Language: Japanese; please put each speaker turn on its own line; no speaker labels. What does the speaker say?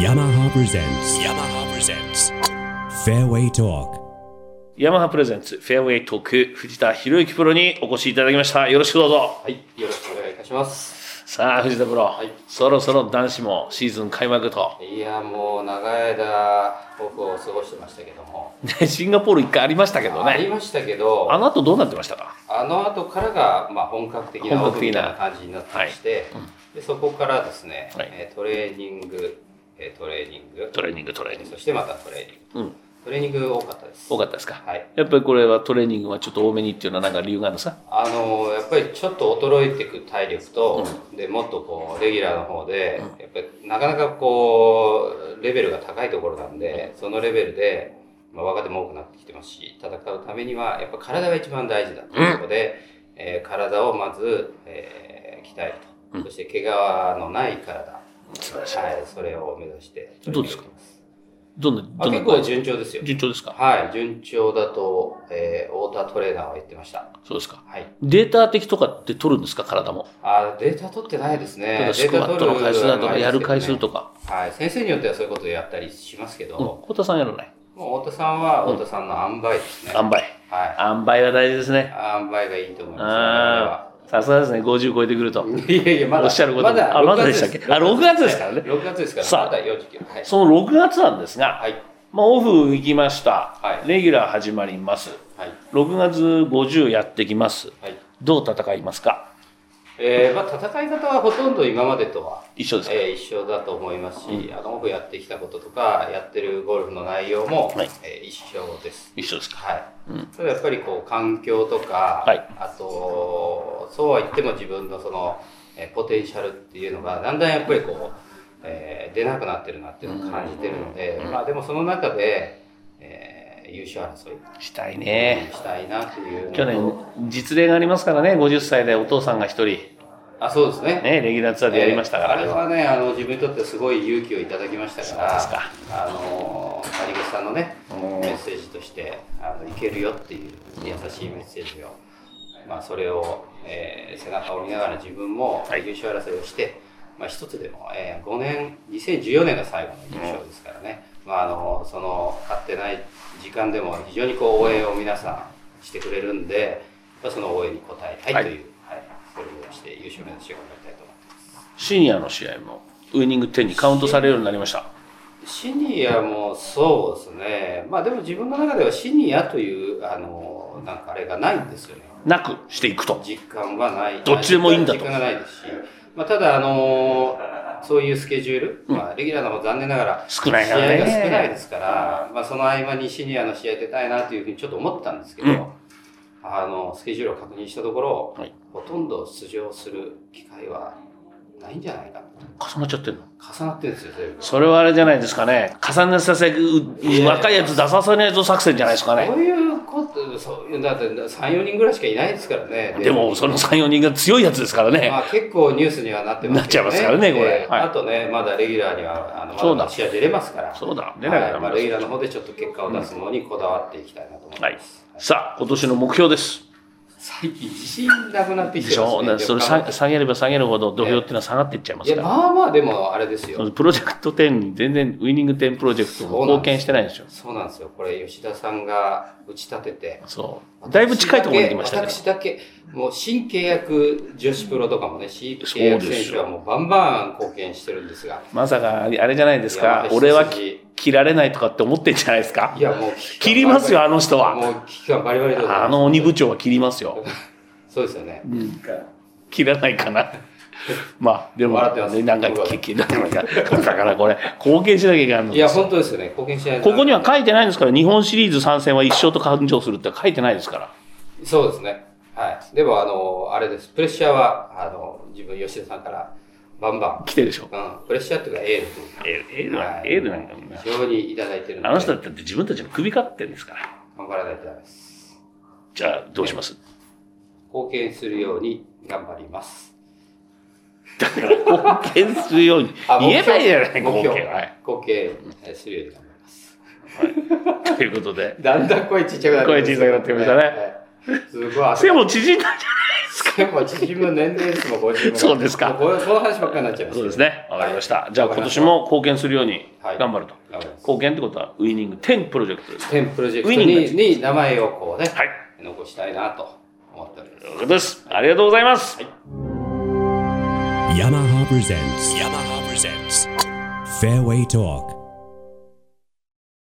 yamaha presents yamaha presents fairway talk
ヤマハプレゼンツフェアウェイトーク藤田博之プロにお越しいただきました。よろしくどうぞ。
はい、よろしくお願いいたします。
さあ藤田プロ、
い
そろそろ男子もシーズン開幕と。
いや、もう長い間、僕を過ごしてましたけども、
ねシンガポール一回ありましたけど
あり
ね。
ましたけど、
あの後どうなってましたか
あの後からが、まあ、本格的な
本格的な
オフみたい感じになってまして、でそこからですね、
はい
えートレーニング、えートレーニング、
トレーニングトレーニング。
そしてまたトレーニング。
うん。
トレーニング多かったです。
多かったですか、
はい
やっぱりこれはトレーニングはちょっと多めにっていうのはなんか理由があるんですか
あのやっぱりちょっと衰えていく体力と、でもっとこうレギュラーの方で、やっぱりなかなかこうレベルが高いところなんで、そのレベルで、まあ、若手も多くなってきてますし戦うためにはやっぱ体が一番大事だということで、えー体をまず、えー鍛えると、そして怪我のない体、
素晴らしい。
はい、それを目指して
どうですか
取り組んいます
どんな、ど
あ
んな
結構順調ですよ
順調ですか
はい順調だと、えー、太田トレーナーは言ってました
そうですか。
はい
データ的とかって取るんですか体も。
あデータ取ってないですね。
例えばスクワットの回数だとかやる回数と
か。
か。
はい、先生によってはそういうことをやったりしますけど、
うん。小田さんやらない。
もう太田さんは太田さんの塩梅ですね。
塩梅。
は
塩梅は大事ですね。
い。塩梅がいいと思い
あ
ま
あ、さすがですね、50超えてくると。
す。いやいや、まだ。
おっしゃること
まだ
あまだ
6
でしたっけあ6月ですからね
はい6月ですから、
さあ
まだ49。はい。
その6月なんですが、
はい。
まあ、オフ行きました、
はい
レギュラー始まります、
はい。
6月50やってきます、
はい。
どう戦いますか、
えーまあ、戦い方はほとんど今までとは
一緒ですか、
えー一緒だと思いますし、あのオフやってきたこととか、やってるゴルフの内容も、
はい
えー一緒です。
一緒ですか、
はい、ただやっぱりこう環境とか、
はい
あとそうは言っても自分のそのえーポテンシャルっていうのがだんだんやっぱりこう、えー出なくなってるなっていうのを感じてるので、まあ、でもその中で、えー優勝争い
したいね、
したいなっていうのと
去年、実例がありますからね、50歳でお父さんが一人、
あそうですね
ね、レギュラーツアーでやりましたから、
えーあれはねあの自分にとってすごい勇気をいただきましたから
そうです
あの有吉さんのね
うん
メッセージとしてあのいけるよっていう優しいメッセージを、まあ、それを、えー背中を見ながら自分も
はい
優勝争いをして、まあ、一つでも、えー5年2014年が最後の優勝ですからね、まあ、あのその勝ってない時間でも非常にこう応援を皆さんしてくれるんで、まあその応援に応えたいという、はいそれを目指して優勝目指して頑張りたいと思います。
シニアの試合もウイニング10にカウントされるようになりました、
シニアもそうですね、まあでも自分の中ではシニアという、あの、なんかあれがないんですよね。
なくしていくと、
実感はない。
どっちでもいいんだと
実感がないですし、まあただ、あの、そういうスケジュール、まあレギュラーの方残念ながら、
少ない
試
から
合
ね
が少ないですから、まあその合間にシニアの試合出たいなというふうにちょっと思ったんですけど、
うん
あの、スケジュールを確認したところ、
はい
ほとんど出場する機会はないんじゃないかと。
重なっちゃってるの。
重なってるんですよ、全部。
それはあれじゃないですかね。重ねさせる、
いや
若いやつ出させないぞ作戦じゃないですかね
そ。ういうこと、そういう、だって3、4人ぐらいしかいないですからね。
でも、その3、4人が強いやつですからね。
まあ、結構ニュースにはなって
な
ますけど
っちゃいますからねこれ
えー
はい
あとね、まだレギュラーには、あの、
そう
ま
だ
だ試合出れますから。
そうだ出
ね
なきゃダメです
まあ、レギュラーの方でちょっと結果を出すのにこだわっていきたいなと思い
はい
ます。。
さあ、今年の目標です。
最近自信なくなって
で
き
して
ます
ょ
ね。
なそれ
若
さ
干
下げれば下げるほど土俵っていうのは下がっていっちゃいま
い
す
や、
から。
まあまあ、でもあれです
そ
よ。
のプロジェクト10に全然ウイニング10プロジェクトも貢献してないんですよ。
そうなんですよ。これ、吉田さんが打ち立てて、
そう。だいぶ近いところに行きましたね。
私だけ、もう新契約女子プロとかもね、新契約選手はもうバンバン貢献してるんですが、
まさか、あれじゃないです
山
か
口。
俺は
筋
き切られないとかって思ってんじゃないですか
い。やもう、
切りますよ、あの人は。
もう危機感バリバリだと思います
あの鬼部長は切りますよ。
そうですよね。
切らないかな。 まあ、でも、
笑ってます
ねなんか、ききだからだからこれ、貢献しなきゃいけないの
いや、本当ですよね。貢献しないと
ここには書いてないんですから、日本シリーズ参戦は一生と勘定するって書いてないですから。
そうですね。はい。でも、あの、あれです。プレッシャーは、あの、自分、吉田さんから、バンバ
来てるでしょ。
ン、うん、プレッシャーっていうか、エールというか
エール、エール
は
ないエールなんかもな
非常にいただいてるので、
あの人だって自分たちの首かってんですから。
頑張らないとダメです。
じゃあ、どうします
貢献するように頑張ります。
だから、貢献するように
あ。
言えばいいじゃない、
目
貢
標
献は。はい。
貢献えーするように頑張ります。
ということで。
だんだん声ちっちゃくなって
声小さくなってきましたね
はいはいすごい汗が
背も縮んだんじゃ
背も縮む年齢数も50も
そうですか
もこうこの話ばっかりになっちゃい
な
ま
い
す
そうですね。わかりました
は。い
じゃあ今年も貢献するように
はい
頑張ると。
頑張ります
貢献ってことはウイニング10プロジェクトです。
テンプロジェクト
ウィニング
にに名前をこうね、
はい。
残したいなと思っております
ということです。ありがとうございます。
yamaha presents yamaha presents fairway talk